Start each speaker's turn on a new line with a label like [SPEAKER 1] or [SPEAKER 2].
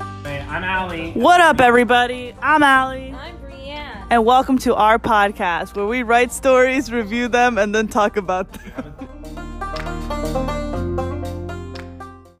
[SPEAKER 1] I'm Allie.
[SPEAKER 2] What up, everybody? I'm Allie,
[SPEAKER 3] I'm Brienne.
[SPEAKER 2] and welcome to our podcast where we write stories, review them, and then talk about them.